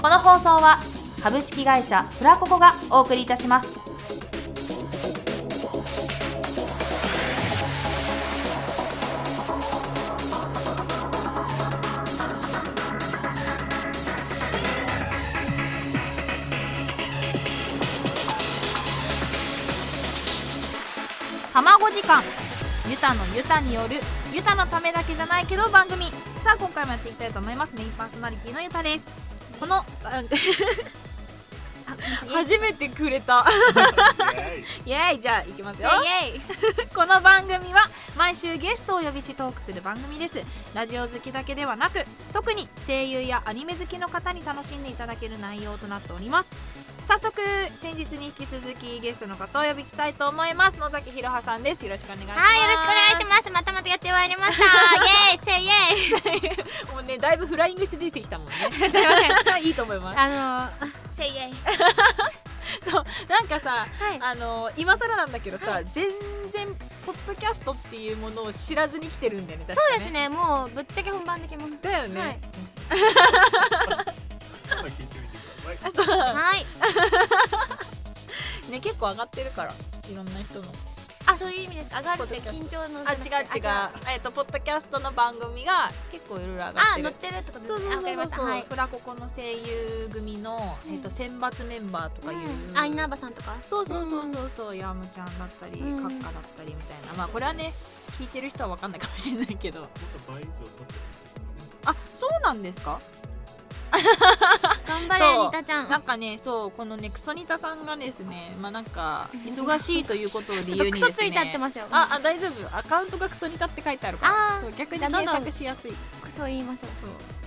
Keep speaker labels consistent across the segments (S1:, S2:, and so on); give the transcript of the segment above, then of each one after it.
S1: この放送は株式会社フラココがお送りいたします卵時間ユタのユタによるユタのためだけじゃないけど番組さあ今回もやっていきたいと思いますメインパーソナリティのユタですこのあ 初めてくれた イエーイじゃあいきますよ
S2: イエイ
S1: この番組は毎週ゲストをお呼びしトークする番組ですラジオ好きだけではなく特に声優やアニメ好きの方に楽しんでいただける内容となっております早速先日に引き続きゲストの方をお呼びしたいと思います野崎ひろはさんですよろしくお願いします
S2: はい、よろしくお願いし ます。またまたやってまいりました。イエイ、せイエイ。
S1: すもうねだいぶフライングして出てきた もんね
S2: すいません。
S1: いいと思います
S2: あ のー、せイエイ。
S1: そうなんかさ
S2: はい。
S1: あの今更なんだけどさ、全然ポッドキャストっていうものを知らずに来てるんだよね確か
S2: そう
S1: ね
S2: ですね。もうぶっちゃけ本番できます。
S1: だよね、
S2: はい
S3: 今聞いてみてください。
S2: はい。
S1: ね結構上がってるからいろんな人の
S2: あ、そういう意味ですか。上がるって緊張の。
S1: あ違う違うえっとポッドキャストの番組が結構いろいろ上がっ
S2: あ、
S1: て
S2: 乗
S1: る
S2: ってるってこと
S1: そ
S2: で
S1: う
S2: す
S1: そう
S2: ね。あわか
S1: そ
S2: り
S1: う
S2: ました。
S1: そう、
S2: はい。
S1: フラココの声優組の、えっと、選抜メンバーとかいう、
S2: うんあ、稲葉さんとか。
S1: そうそうそうそうそうヤムちゃんだったりカ
S2: うん
S1: ッカだったりみたいなまあこれはね聞いてる人は分かんないかもしれないけど
S3: もっと倍以上取って
S1: あそうなんですか
S2: 頑張
S1: そう
S2: れ、ニタちゃん。
S1: な
S2: ち
S1: んかね、そう、このね、クソニタさんがですね、まあ、なんか忙しいということを理
S2: ょっ
S1: 由に
S2: と
S1: で
S2: ク
S1: すね。
S2: ソついちゃってますよ。
S1: あ、あ、大丈夫、アカウントがクソニタって書いてあるから、
S2: あー
S1: そう逆に
S2: じゃあどん
S1: 検
S2: どん
S1: 索しやすい。
S2: クソ言いましょ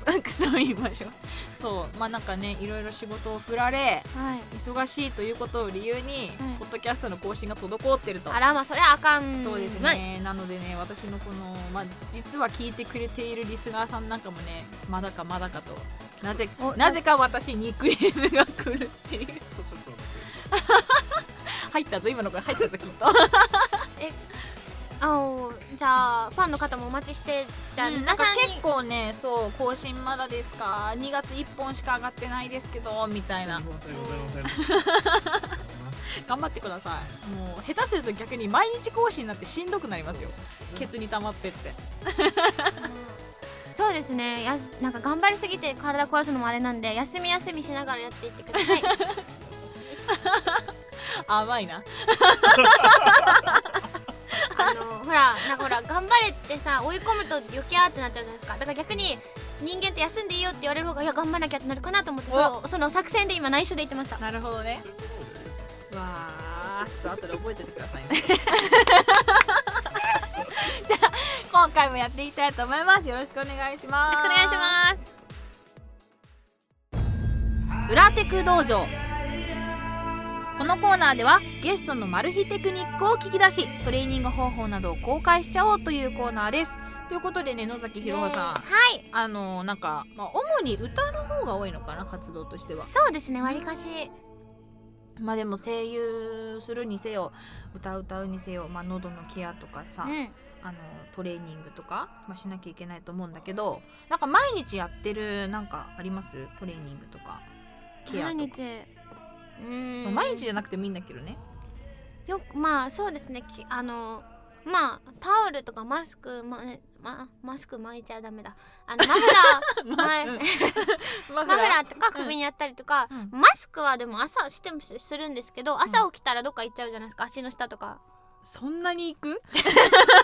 S1: そう、クソ言いましょう。そう、まあ、なんかね、いろいろ仕事を振られ、
S2: う。はい。
S1: 忙しいということを理由に、
S2: はい
S1: ポッドキャストの更新が滞ってると。
S2: あら、まあ、それはあかん。
S1: そうです
S2: まあ
S1: ね、なのでね私のこの、まあ、実は聞いてくれているリスナーさんなんかもねまだかまだかとなぜ
S2: お
S1: なぜか私にクレームが来るっていう
S3: そうそうそう。
S1: 入ったぞ今の声入ったぞきっと
S2: あおじゃあファンの方もお待ちしてじゃあ、
S1: うん
S2: 皆
S1: なんか
S2: さんに
S1: 結構ねそう更新まだですか2月1本しか上がってないですけどみたいな
S3: すいませんございません。
S1: 頑張ってくださいもう下手すると逆に毎日更新になってしんどくなりますよ
S3: そう
S1: ケツに溜まってって
S2: そうですねやすなんか頑張りすぎて体壊すのもあれなんで休み休みしながらやっていってくだ さい
S1: 甘いな
S2: あのほらなんかほら頑張れってさ追い込むと余計あってなっちゃうじゃないですかだから逆に人間って休んでいいよって言われる方がいや頑張らなきゃってなるかなと思ってそのその作戦で今内緒で言ってました
S1: なるほどねわあちょっと後で覚えててくだ さいねじゃあ今回もやっていきたいと思いますよろしくお願いしま
S2: よろ
S1: す
S2: しくお願いします
S1: 裏テク道場このコーナーではゲストのマル秘テクニックを聞き出しトレーニング方法などを公開しちゃおうというコーナーですということでね野崎ひろはさん
S2: ねはい
S1: あのなんか、まあ、主に歌の方が多いのかな活動としては
S2: そうですねわりかし
S1: まあでも声優するにせよ歌う歌うにせよ、まあ、喉のケアとかさ、
S2: うん
S1: あのトレーニングとか、まあ、しなきゃいけないと思うんだけどなんか毎日やってるなんかありますトレーニングとかケア
S2: 毎
S1: と
S2: 日
S1: か、
S2: う
S1: まあ
S2: ん
S1: 毎日じゃなくてもいいんだけどね
S2: よくまあそうですねきあのまあタオルとかマスクまねまマスク巻いちゃダメだあのマフ ラーまい
S1: マ
S2: マフラーとか首にやったりとか、
S1: うん
S2: マスクはでも朝してもしするんですけど朝起きたらどっか行っちゃうじゃないですか足の下とか
S1: そんなに行く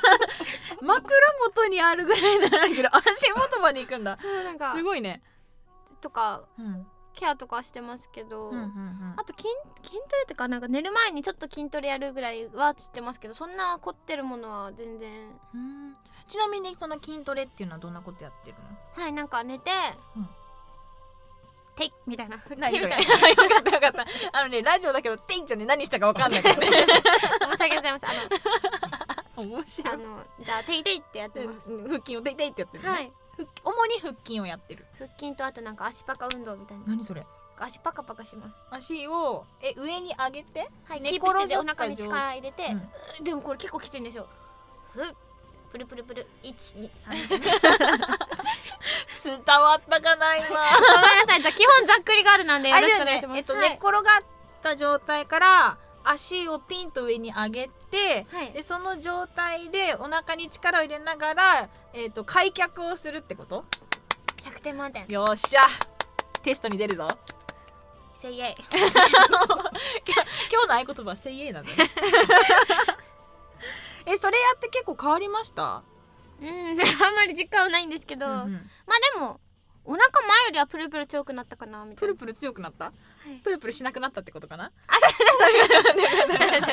S1: 枕元にあるぐらいならあるけど足元まで行くんだ
S2: そうなん
S1: すごいね、
S2: とか
S1: うんうん
S2: ケアとかしてますけど、
S1: うんうん
S2: あと筋筋トレとかなんか寝る前にちょっと筋トレやるぐらいはつってますけどそんな凝ってるものは全然
S1: うんちなみにその筋トレっていうのはどんなことやってるの
S2: はいなんか寝て、
S1: うん
S2: ていみたい な手みた
S1: 何
S2: い
S1: それ
S2: な
S1: よかったよかったあのねラジオだけど店長ね何したかわかんない からね
S2: 申し訳ございませんあ の
S1: 面白
S2: あ
S1: い
S2: のじゃあテイテイってやって
S1: で
S2: ます。
S1: 腹筋をでいていってやってる、ね
S2: はい。
S1: 腹主に腹筋をやってる
S2: 腹筋とあとなんか足パカ運動みたいな。
S1: 何それ
S2: か足パカパカします
S1: 足をえ上に上げて
S2: はい
S1: 寝
S2: キ
S1: 転
S2: ープしてて
S1: が
S2: お
S1: った
S2: 腹に力入れて、
S1: うん
S2: うでもこれ結構きついんですよふっプルプルプル一二三ごめん
S1: 伝わったかな今
S2: なさいじゃあ基本ざっくりガールなんでよ
S1: あ
S2: ろ
S1: れ
S2: し
S1: だ
S2: くお
S1: よ
S2: 願い
S1: ね
S2: します、
S1: えっと、
S2: はい
S1: 寝転がった状態から足をピンと上に上げて、
S2: はい
S1: でその状態でお腹に力を入れながら、えっと開脚をするってこと
S2: 100点満点
S1: よっしゃテストに出るぞ
S2: せいえい
S1: 今日の合言葉は「せいえい」 なんだねえそれやって結構変わりました
S2: うん あんまり実感はないんですけど、
S1: うんう
S2: ま
S1: ん
S2: あでもお腹前よりはプルプル強くなったかなみた
S1: プ
S2: いな
S1: ルプル強くなった
S2: はい
S1: プルプルしなくなったってことかな
S2: そうだそうだそうだ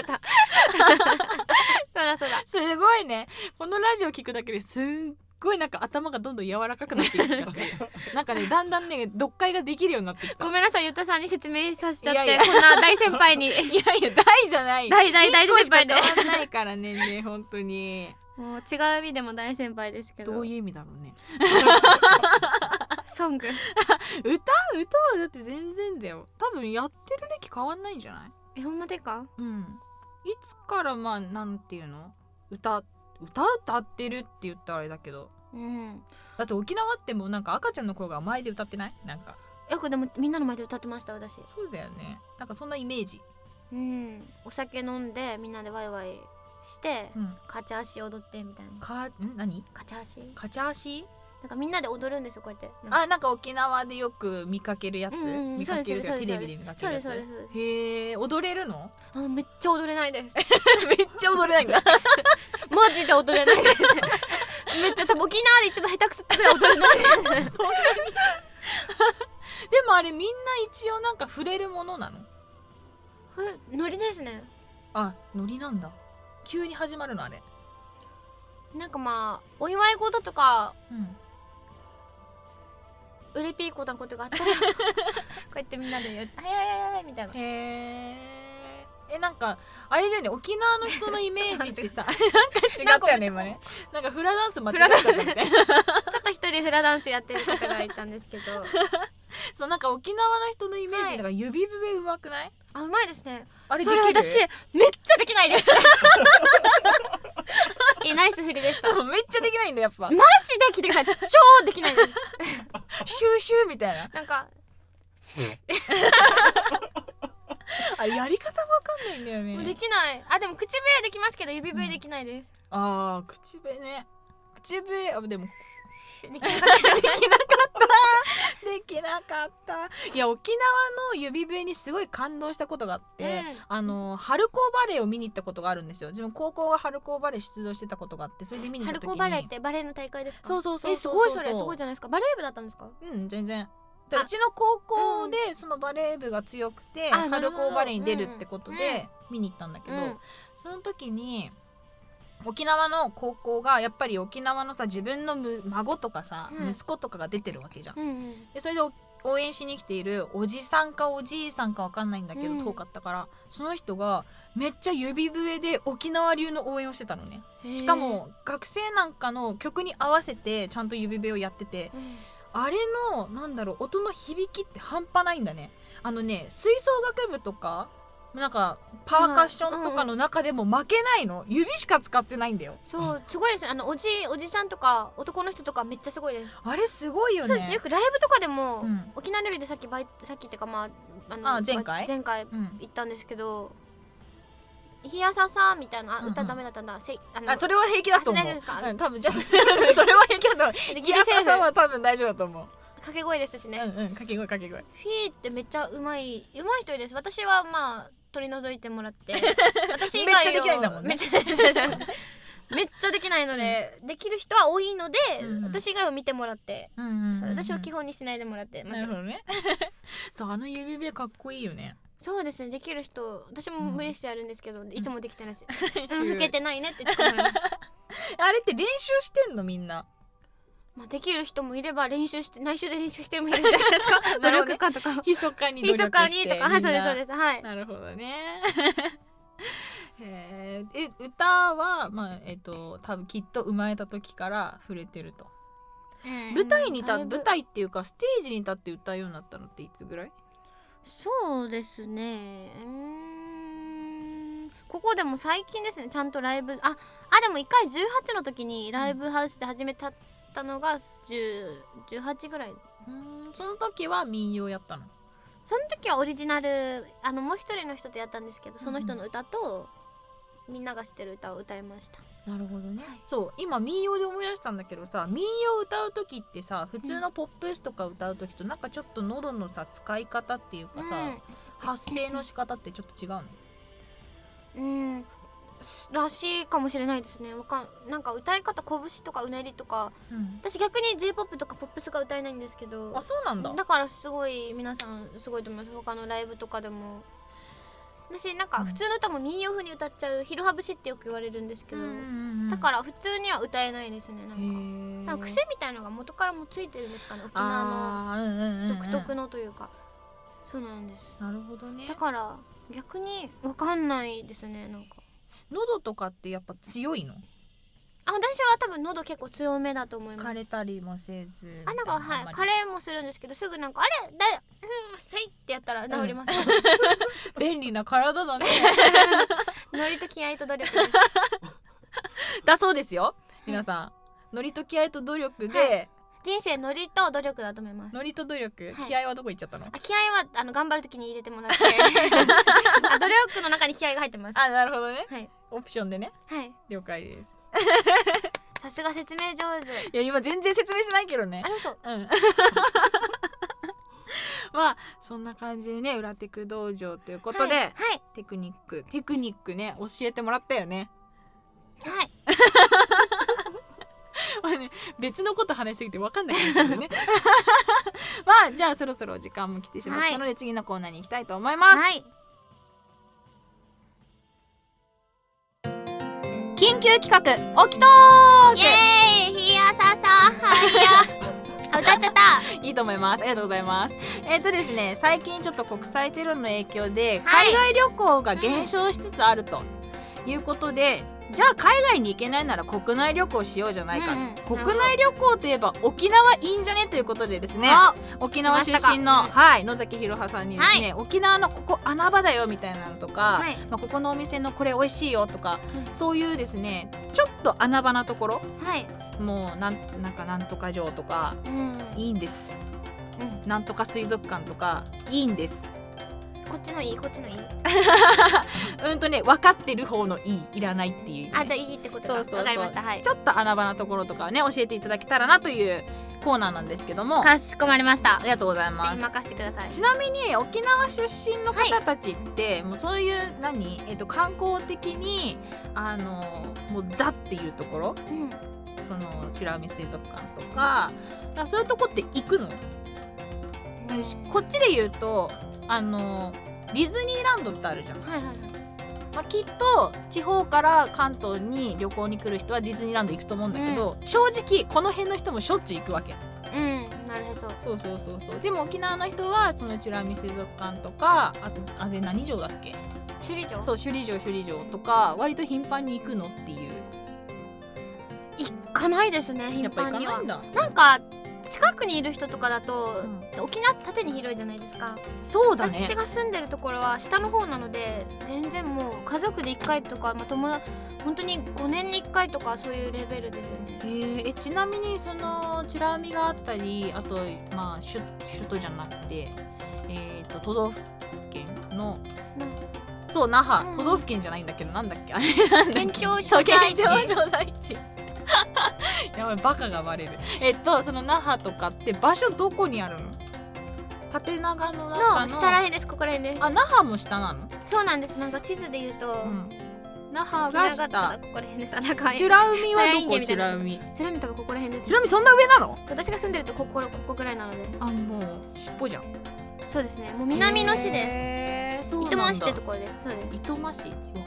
S2: そう だ
S1: すごいねこのラジオ聞くだけですっごいなんか頭がどんどん柔らかくなっていく気が するなんかねだんだんね読解ができるようになってきた
S2: ごめんなさいゆたさんに説明させちゃって
S1: いやいや
S2: こんな大先輩 に
S1: いやいや大じゃないよ
S2: 大大大
S1: 一個
S2: 先
S1: しか
S2: 輩
S1: 変
S2: で
S1: わんないからね ね本当に
S2: もう違う意味でも大先輩ですけど
S1: どういう意味だろうね
S2: ソング
S1: 歌歌はだって全然だよ多分やってる歴変わんないんじゃない
S2: えほんまでか
S1: うんいつからまあなんていうの歌歌歌ってるって言ったらあれだけど
S2: うん
S1: だって沖縄ってもうなんか赤ちゃんの頃が前で歌ってないなんか
S2: よくでもみんなの前で歌ってました私
S1: そうだよねなんかそんなイメージ
S2: うんお酒飲んでみんなでワイワイして
S1: うん
S2: カチャ足踊ってみたいな
S1: かん何
S2: カチャ足な
S1: カチャ足
S2: んかみんなで踊るんですよこうやって
S1: あなんか沖縄でよく見かけるやつ、
S2: うんうんうん
S1: 見かけるというか
S2: そうです
S1: テレビで見かけるやつ
S2: そうですそうですそう
S1: へえ踊れるの
S2: あめっちゃ踊れないです
S1: めっちゃ踊れないんだ
S2: マジで踊れないです めっちゃ多分沖縄で一番下手くそくらい踊れない です
S1: でもあれみんな一応なんか触れるものなの
S2: これノリですね
S1: あノリなんだ急に始まるのあれ
S2: なんかまあお祝い事とか
S1: うん
S2: うれぴーこなことがあったらこうやってみんなで言って「はいはいはいはい」みた いな
S1: へええなんかあれだよね沖縄の人 のイメージってさなんか違ったよね今ねなんかフラダンス間違っちゃったみたいな
S2: ちょっと一人フラダンスやってる方がいたんですけど
S1: そうなんか沖縄の人のイメージ
S2: はい
S1: なんか指笛うまくない、
S2: あうまいですね
S1: あれで
S2: そ
S1: き
S2: れ
S1: る
S2: 私めっちゃできないです えナイス振りで した マ
S1: めっちゃできないんだやっぱ
S2: ジで聞いてください超できないです
S1: シューシューみたいな
S2: なんか
S1: あれやり方わかんないんだよ
S2: もうで
S1: ね
S2: きないあでも口笛はできますけど指笛できないです、
S1: あー口笛ね口笛あでも
S2: できなかっ
S1: でき
S2: た
S1: なかったできなかったいや沖縄の指笛にすごい感動したことがあって、
S2: うん
S1: あの春高バレーを見に行ったことがあるんですよ自分高校が春高バレー出場してたことがあってそれで見に行っ
S2: 春
S1: た時に
S2: 高バレーってバレーの大会ですか
S1: そうそうそう
S2: え
S1: そ
S2: す
S1: う
S2: ごいそれすごい
S1: じ
S2: じゃないですかバレー部だったんですか
S1: ゃんうん全然だからうちの高校でそのバレー部が強くて
S2: あなる
S1: 春
S2: ほど
S1: 高バレーに出るってこと
S2: うんう
S1: で見に行ったんだけど、
S2: うん
S1: その時に沖縄の高校がやっぱり沖縄のさ自分のむ孫とかさ、
S2: うん
S1: 息子とかが出てるわけじゃん。
S2: うんうん
S1: でそれでお応援しに来ているおじさんかおじいさんかわかんないんだけど、
S2: うん
S1: 遠かったからその人がめっちゃ指笛で沖縄流の応援をしてたのね。
S2: へー
S1: しかも学生なんかの曲に合わせてちゃんと指笛をやってて
S2: うん
S1: あれのなんだろう音の響きって半端ないんだねあのね吹奏楽部とかなんかパーカッションとかの中でも負けないの、指しか使ってないんだよ
S2: そうすごいですねあのおじおじさんとか男の人とかめっちゃすごいです
S1: あれすごいよね
S2: そうですねよくライブとかでも、
S1: うん
S2: 沖縄料理でさっきバイトさっきっていうかまああの
S1: あ前回
S2: 前回
S1: うん、
S2: 行ったんですけど「ひやささ」みたいなあ
S1: うんうん
S2: 歌ダメだったんだ、せいあの
S1: あそれは平気だと思
S2: あ
S1: う
S2: 大丈夫ですか
S1: うん、多分じゃあ それは平気だと 思う
S2: でギ
S1: ギ
S2: リ
S1: リ
S2: セ
S1: サ
S2: ーフ
S1: さん
S2: 掛
S1: は多分大丈夫だと思う、
S2: け声ですしね、
S1: うんうん掛け声掛け声
S2: フィーってめっちゃうまいうまい人です私はまあ取り除いてもらって 私以
S1: めっ
S2: 外
S1: ちゃできないんだもんね
S2: めっちゃそうそうそうめっちゃできないので、できる人は多いので、
S1: うん
S2: 私以外を見てもらって、
S1: うんうんうんうん
S2: 私を基本にしないでもらって、
S1: なるほど ねそうあの指笛かっこいいよね
S2: そうですねできる人私も無理してやるんですけど、いつもできてない し、うん、
S1: うん
S2: 老けてないねって言ってもらう
S1: あれって練習してんのみんな
S2: まあできる人もいれば練習して内緒で練習してもいるじゃないです か
S1: な
S2: 努
S1: るほど
S2: 力
S1: ね
S2: 家とか
S1: 密かに努
S2: ひ
S1: 力
S2: そ
S1: して
S2: かにとか
S1: み
S2: はい
S1: ん
S2: そうで
S1: な
S2: すそうですはい
S1: なるほどね。へーえ歌は、まあえっと多分きっと生まれた時から触れてると、舞台に立
S2: だいぶ
S1: 舞台っていうかステージに立って歌うようになったのっていつぐらい
S2: そうですねうーんここでも最近ですねちゃんとライブああでも1回18の時にライブハウスで始めたったのが10 18ぐらい
S1: うんその時は民謡やったの
S2: その時はオリジナルあのもう一人の人とやったんですけどその人の歌と、みんなが知ってる歌を歌いました
S1: なるほどね、そう今民謡で思い出したんだけどさ民謡歌う時ってさ普通のポップスとか歌う時となんかちょっと喉のさ使い方っていうかさ、発声の仕方ってちょっと違うの
S2: うん、うん、らしいかもしれないですねわかんなんか歌い方拳とかうねりとか
S1: うん
S2: 私逆に j p o p とかポップスが歌えないんですけど
S1: あそうなんだ
S2: だからすごい皆さんすごいと思います他のライブとかでも私なん
S1: う
S2: か
S1: ん
S2: 普通の歌も民謡風に歌っちゃう「昼は節」ってよく言われるんですけど、だ
S1: ら
S2: から普通には歌えないですねなん
S1: な
S2: かなんか癖みたいのが元からもついてるんですかね沖縄
S1: あーうんうんうんう
S2: の
S1: ん
S2: 独特のというか、そうなんです
S1: なるほどね
S2: だから逆にわかんないですねなんか
S1: 喉とかってやっぱ強いの
S2: あ私は多分喉結構強めだと思います
S1: 枯れたりもせず
S2: あなんかはいカ
S1: れ
S2: レーもするんですけどすぐなんかあれだうんせいってやったら治り ます、
S1: 便利な体だね
S2: ノリと気合と努力です
S1: だそうですよ皆さんノリと気合と努力で
S2: 人生ノリと努力だと思います
S1: ノリと努力
S2: はい
S1: 気合はどこ行っちゃったの
S2: あ気合はあの頑張るときに入れても らってあ努力の中に気合が入ってます
S1: あなるほどね
S2: はい
S1: オプションでね
S2: はい
S1: 了解です
S2: さすが説明上
S1: い
S2: 手
S1: や今全然説明してないけどね
S2: あれそう
S1: うん まあそんな感じでね裏テク道場ということで、
S2: はいはい
S1: テクニックテクニックね教えてもらったよね
S2: はい
S1: まあね別のこと話しすぎて分かんないんだけど ねまあじゃあそろそろお時間も来てしまったので、次のコーナーに行きたいと思います、
S2: はい
S1: 緊急企画起きトー
S2: イエーイひやささはいやあ歌っちゃった
S1: クいいと思いますありがとうございますえっ、とですね最近ちょっと国際テロの影響で
S2: はい
S1: 海外旅行が減少しつつあるということで、じゃあ海外に行けないなら国内旅行しようじゃないかと、
S2: うんうん
S1: 国内旅行といえば沖縄いいんじゃねということでですね
S2: あ
S1: 沖縄出身の、
S2: 来ました
S1: はい、野崎弘葉さんにですね、沖縄のここ穴場だよみたいなのとか、
S2: はい
S1: まあ、ここのお店のこれ美味しいよとか、
S2: う
S1: そういうですねちょっと穴場なところ
S2: はい
S1: もうなんなんかなんとか城とか
S2: うん、
S1: いいんです
S2: うん、
S1: なんとか水族館とかいいんです
S2: こっちのいいこっちのいい
S1: うんとね分かってる方のいいいらないっていうね、
S2: あじゃあいいってこと
S1: そ
S2: か
S1: うそうそう
S2: わかりましたはい
S1: ちょっと穴場なところとかをね教えていただけたらなというコーナーなんですけどもあ
S2: かしこまりました
S1: りがとうございます
S2: ぜひ任せてください
S1: ちなみに沖縄出身の方たちって、もうそういう何、えっと観光的にあのもうザっていうところ
S2: うん
S1: その白海水族館とかだからそういうとこって行くの、こっちで言うとあのディズニーランドってあるじゃん、ま
S2: はいはい
S1: あ、きっと地方から関東に旅行に来る人はディズニーランド行くと思うんだけど、正直この辺の人もしょっちゅう行くわけ
S2: うんなるへそ
S1: そうそうそうそうでも沖縄の人はその美ら海水族館とかあとあれ何城だっけ
S2: 首里城
S1: そう首里城首里城とか割と頻繁に行くのっていう
S2: 行かないですね
S1: や
S2: 頻
S1: っぱ行
S2: 繁
S1: か
S2: に
S1: な
S2: はい
S1: んだ、
S2: なんか近くにいる人とかだと、
S1: うん
S2: 沖縄って縦に広いじゃないですか、
S1: そうだね
S2: 私が住んでるところは下の方なので全然もう家族で1回とか、まあ、友達本当に5年に1回とかそういうレベルですよね
S1: えーえちなみにその美ら海があったりあとまあ首首都じゃなくてえっ、と都道府県の
S2: な
S1: そう那覇、
S2: うん
S1: 都道府県じゃないんだけどなんだっけあれなんだっけ
S2: 県庁
S1: そ
S2: 所
S1: う県
S2: 在地
S1: 庁所在地 やばいバカがバレるえっとその那覇とかって場所どこにあるの縦長の中
S2: の
S1: の
S2: 下らへんですここらへんです
S1: あ那覇も下なの
S2: そうなんですなんか地図で言うと、
S1: 那覇
S2: 沖
S1: が
S2: 縄だったら
S1: 下
S2: ここらへんですあなんか
S1: 美
S2: 美
S1: ら海は
S2: サイ
S1: ど
S2: ン
S1: こ
S2: ゲみ
S1: 美
S2: たいな
S1: ら海
S2: ら海多分ここらへんです
S1: 美ら海そんな上なの
S2: そう私が住んでるとここここぐらいなので
S1: あもう尻尾じゃん
S2: そうですねもう南の市です
S1: ですそう
S2: 糸満市ってところですそうです
S1: 糸満市わかんない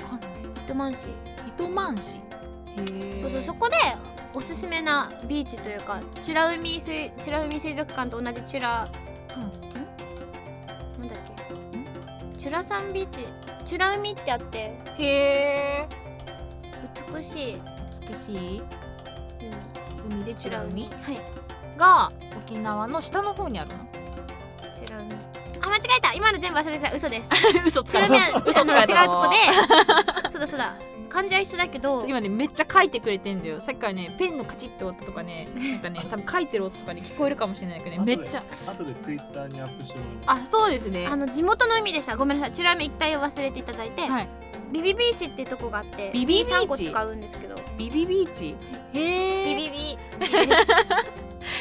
S2: 糸満市
S1: 糸満市へ
S2: そうそうそ
S1: こ
S2: こでおすすめなビーチというか美ら海水美ら海水族館と同じ美ら、
S1: うん
S2: んなんだっけ美らさんビーチ美ら海ってあって
S1: へえ
S2: 美しい
S1: 美しい
S2: 海
S1: 海で美ら海
S2: はい
S1: が沖縄の下の方にあるの
S2: 美ら海あ間違えた今の全部忘れて た嘘です
S1: 嘘つ
S2: ち
S1: か
S2: な
S1: れ
S2: みに
S1: た
S2: あ
S1: 嘘つ
S2: の
S1: か
S2: 違
S1: れた
S2: うとこで そうだそうだ漢字は一緒だけど
S1: 今ねめっちゃ書いてくれてんだよさっきからねペンのカチッって音とかねなんか ね多分書いてる音とかね聞こえるかもしれないけどねめっちゃ
S3: 後でツイッターにアップしてもらう
S1: あそうですね
S2: あの地元の海でしたごめんなさいチュラミ一体を忘れていただいて、
S1: はい
S2: ビビビーチっていうとこがあって
S1: ビビビーチ
S2: 3個使うんですけど
S1: ビビビーチへ
S2: ビ
S1: え
S2: ビビ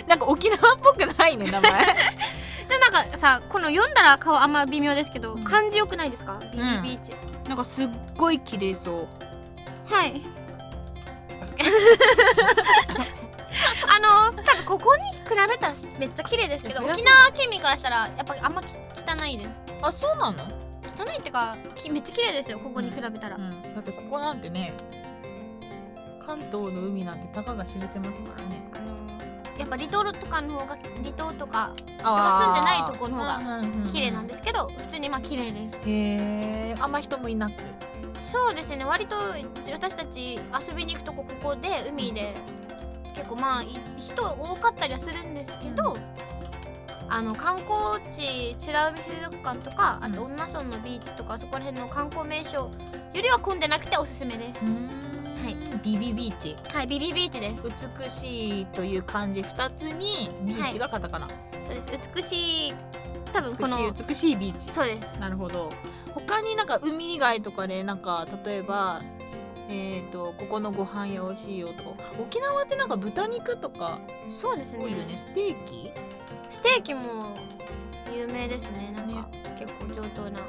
S1: なんか沖縄っぽくないね名前
S2: でもなんかさこの読んだら顔あんま微妙ですけど
S1: うん
S2: 漢字よくないですかビビビーチ、
S1: なんかすっごい綺麗そう
S2: はい あの多分ここに比べたらめっちゃ綺麗ですけど
S1: いやそ
S2: 沖
S1: りゃ
S2: 縄県民からしたらやっぱあんまき汚いです
S1: あそうなの
S2: 汚いっていうかきめっちゃ綺麗ですよここに比べたら、
S1: うん、だってここなんてね関東の海なんてたかが知れてますからね
S2: あのやっぱ離島とかの方が離島とか人が住んでないとこの方が
S1: が
S2: 綺麗なん
S1: で
S2: ですけど普通にまあ綺麗です
S1: へえあんま人もいなく
S2: そうですね割と私たち遊びに行くとこここで海で結構まあい人多かったりはするんですけど、あの観光地美ら海水族館とかあと
S1: う
S2: 恩納村のビーチとかそこら辺の観光名所よりは混んでなくておすすめです、はい
S1: ビビビーチ
S2: はいビビビーチです
S1: 美しいという漢字二つにビーチがカタカナ、
S2: そうです美しい多分この
S1: 美しい美しいビーチ
S2: そうです
S1: なるほど他になんか海以外とかでなんか例えばえー、とここのご飯屋美味しいよとか沖縄ってなんか豚肉とか
S2: そうですね
S1: 多いよねステーキ
S2: ステーキも有名ですねなんか
S1: ね
S2: 結構上等な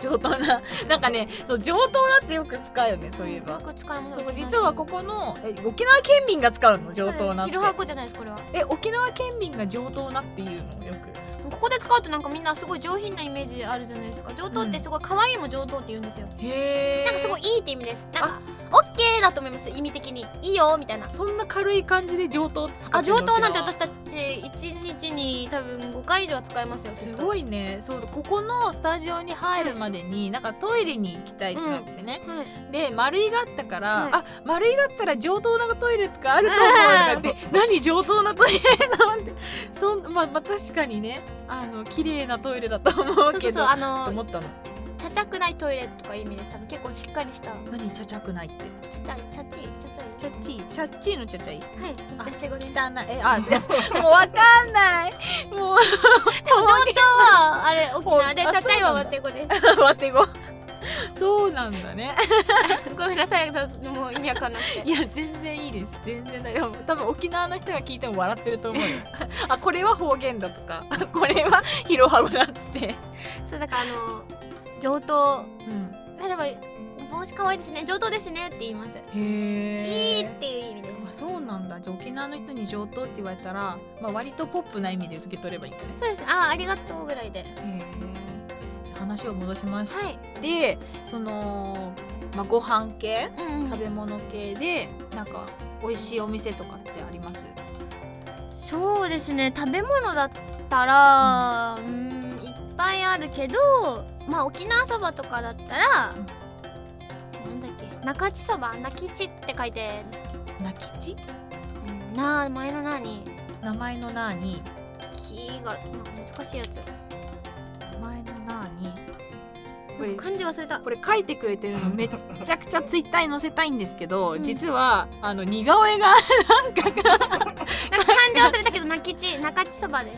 S1: 上等な なんかねそう上等なってよく使うよねそういえ
S2: よ
S1: ば
S2: く使います
S1: そ
S2: 沖
S1: う
S2: 縄
S1: 実はここのえ沖縄県民が使うの上等なって
S2: 昼箱じゃないですこれは
S1: え沖縄県民が上等なっていうのよく
S2: ここで使うとなんかみんなすごい上品なイメージあるじゃないですか上等ってすごい可愛いも上等って言うんですよ、
S1: へえ
S2: なんかすごいいいって意味ですなんかオッケーだと思います意味的にいいよみたいな
S1: そんな軽い感じで上等って使
S2: あ
S1: ってんの
S2: 上等なんて
S1: 沖縄
S2: 私たち1日に多分5回以上は使えますよき
S1: す
S2: っと
S1: ごいねそうここのスタジオに入るまでに、なんかトイレに行きたいってなってね、
S2: はい
S1: で丸いがあったから、
S2: はい
S1: あ丸いだったら上等なトイレとかあると思う
S2: あー
S1: とかって何上等なトイレなんてそんまあまあ確かにねあの綺麗なトイレだと思う
S2: そうそ
S1: け
S2: うそ
S1: ど
S2: うあ
S1: と思
S2: の
S1: ったの
S2: ちゃちゃくないトイレとかいう意味です多分結構しっかりしたち
S1: 何ちゃちゃくないって
S2: ゃちゃちゃちいちゃち
S1: ち
S2: ゃ
S1: ゃっちいちゃっちいのちゃちゃい
S2: いはい
S1: あ
S2: 私語
S1: 汚
S2: ですでも
S1: いえあ もうわかんないもう
S2: 上等はあれ沖縄でち
S1: ほんあ
S2: ゃちゃい
S1: そうなんだ
S2: はワテ語です
S1: 待ってごそうなんだね
S2: ごめんなさいもう意味わかんなくて
S1: いや全然いいです全然大丈夫多分沖縄の人が聞いても笑ってると 思うよあこれは方言だとか これは広ハだっつって、
S2: そうだからあの上等
S1: うん、
S2: あでも帽子可愛いですね上等ですねって言います、い
S1: へ
S2: いっていう意味です
S1: あそうなんだじゃあ沖縄の人に上等って言われたら、まあ、割とポップな意味で受け取ればいいんだね
S2: そうですあありがとうぐらいでは
S1: へえ話を戻しまし
S2: い
S1: て、その、まあ、ご飯系
S2: うん、う
S1: 食
S2: ん、
S1: べ物系でなんか美味しいお店とかってあります
S2: そうですね食べ物だったらうんいっぱいあるけどまあ沖縄そばとかだったら、なんだっけ中地そば泣きちって書いて、
S1: 泣き地
S2: うん、な前のなに
S1: 名前のなーに
S2: きがなんか難しいやつ
S1: 名前のなーにこれ
S2: 漢字忘れた
S1: これ書いてくれてるのめっちゃくちゃツイッターに載せたいんですけど、
S2: うん
S1: 実はあの似顔絵がなんか
S2: なんか漢字忘れたけど泣きち中地そばです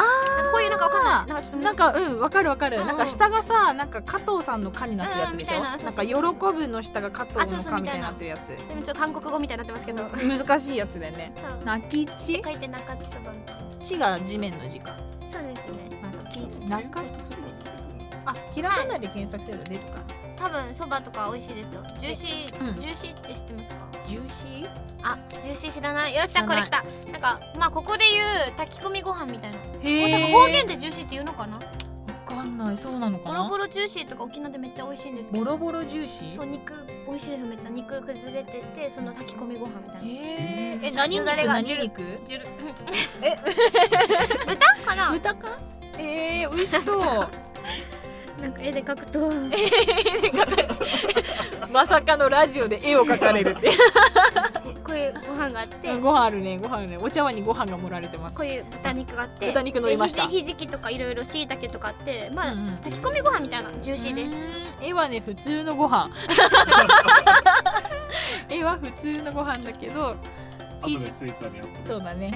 S1: あ
S2: こういうなんかわかんないなんかちょっと
S1: ー なんかうんわかるわかる、
S2: うんうん
S1: なんか下がさなんか加藤さんの「か」になってるやつでしょ、
S2: うんみたい
S1: な
S2: なそうそうんそう
S1: か「喜ぶ」の下が加藤
S2: あそう
S1: の「
S2: そう
S1: か」
S2: み
S1: みたい
S2: たい
S1: に
S2: な
S1: なってるやつ
S2: でもちょっと韓国語みたいになってますけど。
S1: 難しいやつだよね
S2: そう
S1: 泣き地
S2: 書いて中地そばみたい
S1: 地が地面の字か
S2: な。そうですね。
S1: 泣き
S3: 検
S1: 泣か
S3: 索すれば出てくるの
S1: あひらがなで検索すれば出るかな、
S2: 多分そばとか美味しいですよ。ジューシー、
S1: うん
S2: ジューシーって知ってますか？
S1: ジューシー
S2: あ、ジューシー知らない。よっし
S1: 知ら
S2: ゃこ
S1: な
S2: れ
S1: い
S2: きた。なんかまあここで言う炊き込みご飯みたいな。もう多
S1: へ
S2: 分方言でジューシーって言うのかな？
S1: わかんないそうなのか
S2: ボ
S1: な
S2: ロボロジューシーとか沖縄でめっちゃ美味しいんですけ
S1: ボ
S2: ど。
S1: ロボロジューシ
S2: そう
S1: ー
S2: 肉美味しいですよめっちゃ肉崩れててその炊き込みご飯みたいな。
S1: へーえ
S2: よだれがジュル
S1: 肉
S2: ジュル。
S1: え
S2: 豚かな？
S1: 豚かえー、美味し そう
S2: なんか絵で描くと。
S1: まさかのラジオで絵を描かれるって
S2: ここういうご飯があって、
S1: うんご飯あるねご飯あるねお茶碗にご飯が盛られてます
S2: こういう豚肉があって
S1: 豚肉乗りました
S2: でひじひじきとかいろいろしいたけとかあってまあ、
S1: うんうん
S2: 炊き込みご飯みたいなジューシーです
S1: うーん絵はね普通のご 飯絵は普通のご飯だけど
S3: 後でツイッターにアップす
S1: そ
S3: る
S1: うだね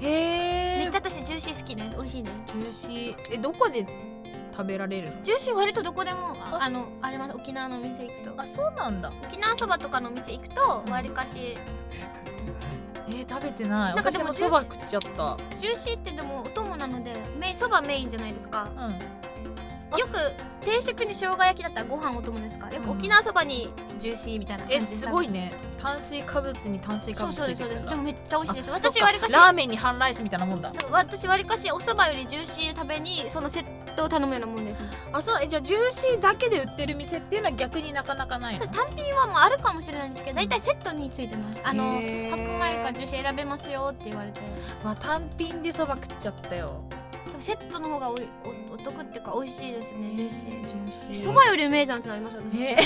S1: へえ
S2: めっちゃ私ジューシー好きね美味しいね
S1: ジューシーえどこで食べられるの
S2: ジューシー割とどこでもああのあれます沖縄のお店行くと
S1: あそうなんだ
S2: 沖縄そばとかのお店行くと
S1: うん
S2: わりかし
S1: えー、食べてない
S2: なんか
S1: 私
S2: でも
S1: もそば食っちゃった
S2: ジューシーってでもお供なのでメイそばメインじゃないですか
S1: うん
S2: よく定食に生姜焼きだったらご飯お供ですかよく沖縄そばにジューシーみたいな感じ
S1: え
S2: でした
S1: すごいね炭水化物に炭水化
S2: そう
S1: 物つ
S2: そうで
S1: い
S2: す
S1: て
S2: そう
S1: る
S2: で
S1: ん
S2: す
S1: だ
S2: でもめっちゃ美味しいです
S1: そっ
S2: 私
S1: か
S2: わりかし
S1: ラーメンに半ライスみたいなもんだ
S2: そう私わりかしおそばよりジューシー食べにそのセットを頼むようなもんですもん
S1: あそうえじゃあジューシーだけで売ってる店っていうのは逆になかなかない
S2: そ
S1: の
S2: れ単品はもうあるかもしれないんですけど大体セットについてますあの
S1: へー
S2: 白米かジューシー選べますよって言われて
S1: まあ、単品でそば食っちゃったよ
S2: でもセットの方がおいおお得っていうか美味しいですねジューシー
S1: ー
S2: そばよりうめえじゃんってなりますよね
S1: え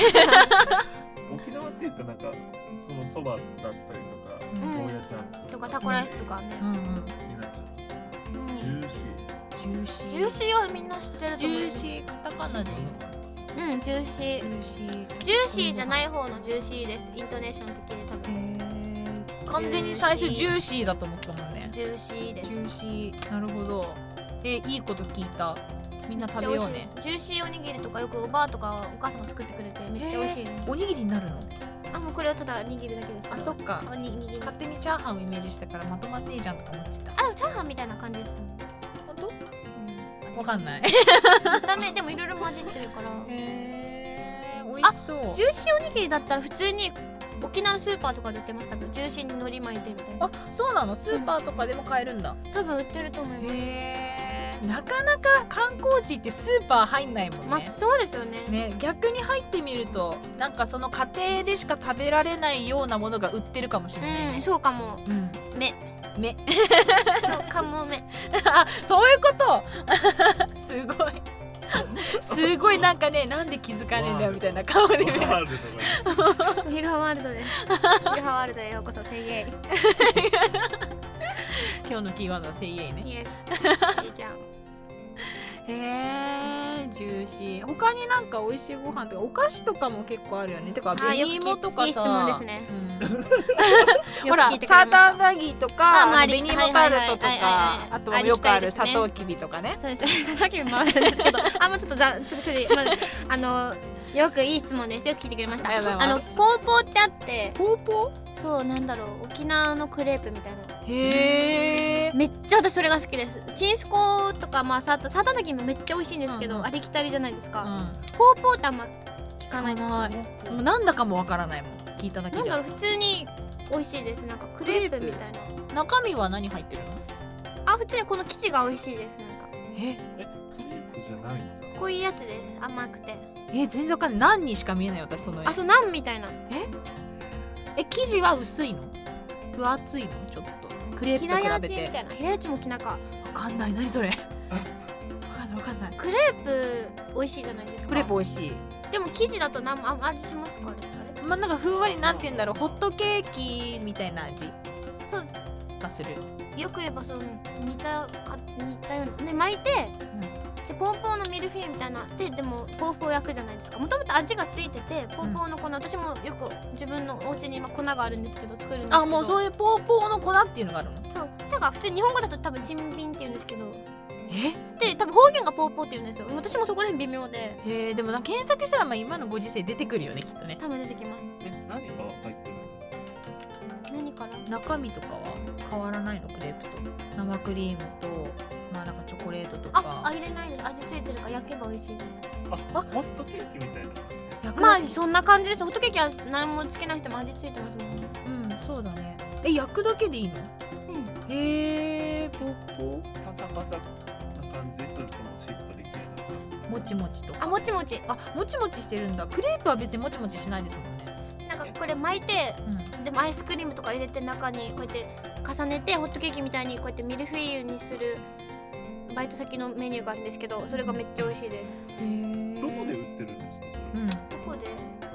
S3: 沖縄って言うとなんかそのそばだったりとか
S1: う
S3: ゴ
S1: ん
S3: ーヤチャン
S2: とかタコライスとかね、
S1: うんうん
S3: になっちゃいますね
S2: うん
S3: ジューシ
S1: ジューシー
S2: ジューシーはみんな知ってると
S1: ジ
S2: 思う
S1: ューシーカタカナでいいの
S2: ーうんジューシ
S1: ジ
S2: ー
S1: ューシー
S2: ジューシーじゃない方のジューシーですイントネーション的に多分
S1: 完全に最初ジューシーだと思ったもんね
S2: ジューシーです
S1: ジューシーなるほどえいいこと聞いたみんな食べようね
S2: めっちゃ美味しいですジューシーおにぎりとかよくおばあとかお母さんが作ってくれてめっちゃ美味しいです
S1: おにぎりになるの
S2: あもうこれはただ握るだけです
S1: あそっか
S2: おに握り
S1: 勝手にチャーハンをイメージしたからまとまんねえじゃんとか思ってた
S2: あでもチャーハンみたいな感じ ですね、
S1: 本当
S2: うん、
S1: わかんない
S2: ダメでもいろいろ混じってるから
S1: へー美味しそう
S2: ジューシーおにぎりだったら普通に沖縄のスーパーとかで売ってましたけどジューシーに海苔巻いてみたいな
S1: あそうなのスーパーとかでも買えるんだ
S2: 多分売ってると思います、
S1: へえなかなか観光地ってスーパー入んないもん
S2: まあ
S1: ね
S2: そうですよね
S1: ね、逆に入ってみるとなんかその家庭でしか食べられないようなものが売ってるかもしれない
S2: うん
S1: ね、
S2: そうかも
S1: うん
S2: 目
S1: 目
S2: そうか も目
S1: あ そういうこと すごいすごいなんかねなんで気づかねえんだよみたいな顔で見
S3: ー
S1: て
S3: ワールドが
S2: そうヒルハワールドですヒルハワールドへようこそせいえ
S1: 今日のキーワードは「せいえい」ね
S2: イ エスいいじゃん
S1: へえジューシー他になんか美味しいご飯とかお菓子とかも結構あるよねてか
S2: あーよく
S1: 紅芋とかさ
S2: いい質問ですね
S1: うん
S2: よ
S1: ほ
S2: く
S1: ら
S2: 聞いてくれま
S1: サ
S2: した
S1: ーターアンダギーと
S2: あ
S1: かあの
S2: 周り
S1: 紅芋タルトと
S2: はいはいはいは
S1: か
S2: い
S1: あとはよくある
S2: ありき
S1: サ
S2: たりですね
S1: トウキビとかね
S2: そうです。佐々木もあるんですけど、あ、もうちょっとだ、ちょっと処理、まあ、あの。よくいい質問です。よく聞いてくれました。
S1: ありがとうござい
S2: あ
S1: ま
S2: の、ポーポーってあって、
S1: ポーポ
S2: そう、なんだろう、沖縄のクレープみたいな。
S1: ーへえ
S2: めっちゃ私それが好きです。チンスコとか、まあ、サータ、サーターだけもめっちゃ美味しいんですけど、
S1: うんうん
S2: ありきたりじゃないです
S1: う
S2: か。
S1: ん
S2: ポーポーってあんま聞かないです。な
S1: はもうなんだかもわからないもん聞いただけ
S2: ん
S1: じ
S2: だろ
S1: ゃ
S2: う、普通に美味しいです。なんかクレープみたいな。
S1: 中身は何入ってるの
S2: あ、普通にこの生地が美味しいです。なんか、
S1: え
S3: えクレープじゃないんだ
S2: こういうやつです。甘くて。
S1: え全然わかんない何にしか見えない私その絵
S2: あ、そう、ナンみたいな。
S1: え生地は薄いの分厚いのちょっとクレープと
S2: 平
S1: 比
S2: 屋
S1: べ
S2: ちみ
S1: て
S2: たいな。平屋ちもきなか。
S1: わかんない何 それわかんないわかんない
S2: クレープ美味しいじゃないですか
S1: クレープ美味しい
S2: でも生地だと何もあ味しますかあれあ
S1: まあなんかふんわりなんて言うんだろうホットケーキみたいな味
S2: れそう
S1: がする
S2: よく言えばその似たか似たようなね巻いて、でポーポーのミルフィーユみたいなででもポーポー焼くじゃないですかもともと味がついててポーポーの粉、私もよく自分のお家に今粉があるんですけど作るんですけど
S1: あもうそう
S2: いう
S1: いうポーポーの粉っていうのがあるの
S2: そうだから普通日本語だと多分珍品って言うんですけど
S1: え
S2: で多分方言がポーポーって言うんですよ私もそこら辺微妙で
S1: へえでもなんか検索したらまあ今のご時世出てくるよねきっとね
S2: 多分出てきま
S3: え何が入ってるんですか
S2: す何から
S1: 中身とかは変わらないのクレープと生クリームとまあなんかチョコレートと
S2: あ
S1: か
S2: あ入れないで味ついてるから焼けば美味しいです
S3: あホットケーキみたいな感
S1: 薬
S2: まあ
S1: だけ
S2: そんな感じですホットケーキは何もつけなくても味ついてますもんね
S1: うんそうだねえ焼くだけでいいの
S2: うん
S1: へえポーポ
S3: じパサパサな感じそれともしっとり系な感じ
S1: ーもちもちとか
S2: あもちもち
S1: あもちもちしてるんだクレープは別にもちもちしないですもんね
S2: なんかこれ巻いて
S1: うん
S2: でもアイスクリームとか入れて中にこうやって重ねてホットケーキみたいにこうやってミルフィーユにするバイト先のメニューがあるんですけどそれがめっちゃ美味しいです
S1: へえ
S3: どこで売ってるんですかそれ
S1: うん
S2: どこで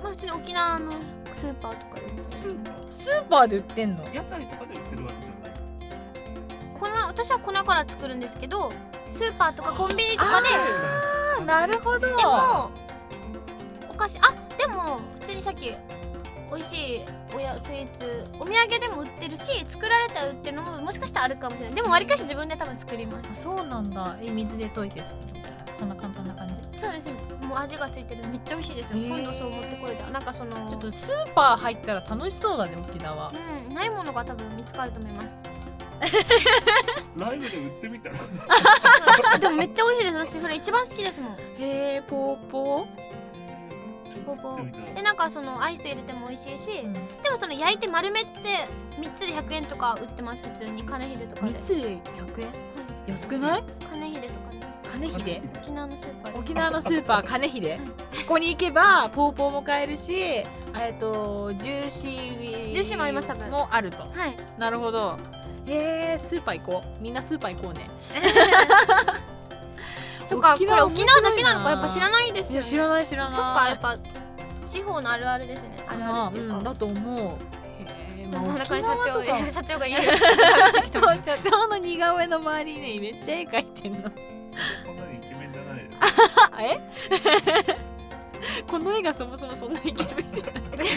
S2: まあ普通に沖縄のスーパーとかで売ってない
S3: スーパー
S1: スーパーで売ってんの
S3: 屋台とかで売ってるわけじゃな
S2: 粉
S3: い
S2: 私は粉から作るんですけどスーパーとかコンビニとかで
S1: あなるほど
S2: でもお菓子あでも普通にさっき美味しいおやスイーツお土産でも売ってるし作られたら売ってるのももしかしたらあるかもしれないでもわりかし自分で多分作りま
S1: そうなんだえ水で溶いて作るみたいなそんな簡単な感じち
S2: すそうですもう味がついてるのめっちゃ美味しいですよ、
S1: へー
S2: 今度そう持ってこいじゃんなんかその
S1: ょっとスーパー入ったら楽しそうだね沖縄
S2: うんないものが多分見つかると思います
S3: ライブで売っ てみたら
S2: あでもめっちゃ美味しいです私それ一番好きですもん
S1: へえぽーぽ
S2: ポーポ
S3: 売ってみ
S2: ー
S3: たら
S2: でなんかそのアイス入れても美味しいし、
S1: ー、
S2: でもその焼いて丸めって3つで100円とか売ってます普通に金秀とか
S1: 三
S2: で
S1: つで100円安くない
S2: 金秀とかね
S1: 金秀
S2: 沖縄のスーパーで
S1: 沖縄のスーパー金秀ここに行けばポーポーも買えるしえっとジューシー
S2: ジューシーもあります多分
S1: もあると
S2: はい
S1: なるほどへえスーパー行こうみんなスーパー行こうね
S2: そっかこ
S1: 沖
S2: れ
S1: 縄
S2: 沖縄だけなのかやっぱ知らないです
S1: い
S2: よ、ね、
S1: や知らない知らない
S2: そっかやっぱ地方のあるあるですねあるあるっていうか、
S1: うんだと思うへー
S2: な
S1: まあ
S2: かなかに
S1: 沖
S2: 社
S1: 縄と
S2: 長
S1: か
S2: が社長 がいい
S1: そう社長の似顔絵の周りにねめっちゃ絵描いてんの
S3: そんなにイケメンじゃないです
S1: あえこの絵がそもそもそんなイケメンじゃ ない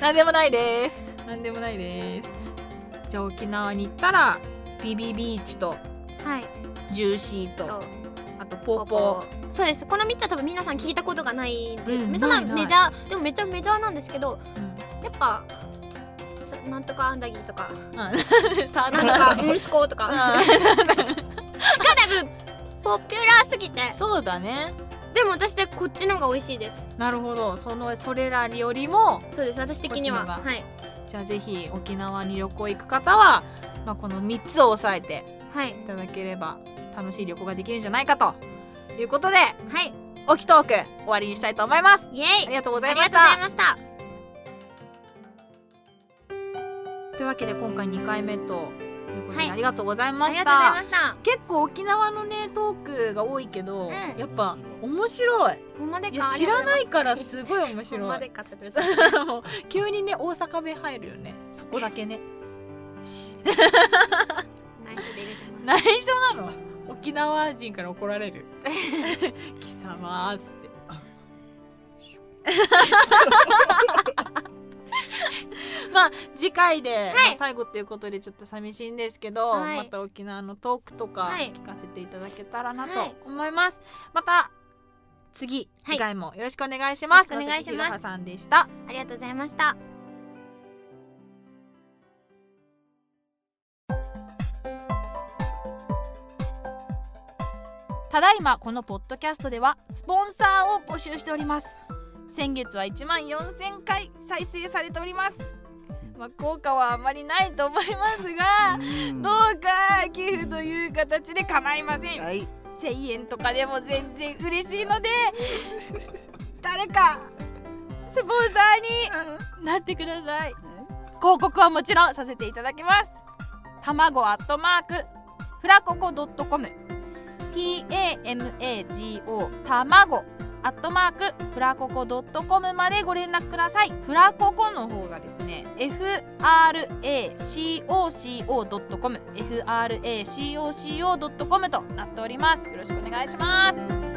S1: なんでもないですなんでもないですじゃあ沖縄に行ったらビビビーチと
S2: はい
S1: ジューシーと
S2: と
S1: あとポーポ
S2: そうですこの3つは多分皆さん聞いたことがないんで、
S1: うん
S2: そん
S1: な
S2: な
S1: いない
S2: メジャーでもめちゃメジャーなんですけど
S1: ー、
S2: やっぱすなんとかアンダギーとか
S1: うんさあ
S2: なんとかうんすこうとかが
S1: うん
S2: 多分ポピュラーすぎ て
S1: そうだね
S2: でも私でこっちの方が美味しいです
S1: なるほどそのそれらよりも
S2: そうです私的に
S1: こっ
S2: は
S1: ちの方
S2: はい
S1: じゃあぜひ沖縄に旅行行く方は、まあ、この3つを押さえて
S2: はい
S1: いただければ楽しい旅行ができるんじゃないかということで
S2: はい
S1: オキトーク終わりにしたいと思います
S2: イエ
S1: あ
S2: イ
S1: りがとうござ
S2: あ
S1: い
S2: り
S1: ま
S2: が
S1: し
S2: とうござ
S1: た
S2: いました
S1: というわけで今回2回目ということで、
S2: はい
S1: ありがとうござい
S2: あ
S1: ま
S2: り
S1: し
S2: がとうござい
S1: た
S2: ました
S1: 結構沖縄のねトークが多いけど、
S2: ん
S1: やっぱ面白い
S2: ほんまで
S1: い
S2: か
S1: や知ら
S2: い
S1: ないからすごい面
S2: ほん
S1: 白
S2: ま
S1: い
S2: でかって言 ってくれ た
S1: もう急にね大阪弁入るよねそこだけ ねし
S2: 内緒で入れてます
S1: 内緒なの沖縄人から怒られる貴様ーっつっ てまあ次回で、まあ最後ということでちょっと寂しいんですけど、
S2: はい
S1: また沖縄のトークとか
S2: はい
S1: 聞かせていただけたらなと
S2: はい
S1: 思います、また次
S2: はい
S1: 次回もよろしくお願いします、
S2: よろしくお願いします
S1: 野崎ひろはさんでした
S2: ありがとうございました
S1: ただいまこのポッドキャストではスポンサーを募集しております先月は1万4000回再生されておりますまあ効果はあまりないと思いますが
S4: うん
S1: ど
S4: は
S1: うか寄付という形で構いません
S4: い、
S1: 1000円とかでも全然嬉し いので誰かスポンサーになってください広告はもちろんさせていただきます卵アットマークフラココドットコム TAMAGO 卵アットマークフラココドットコムまでご連絡くださいフラココの方がですね FRACOCO.com FRACOCO.com となっておりますよろしくお願いします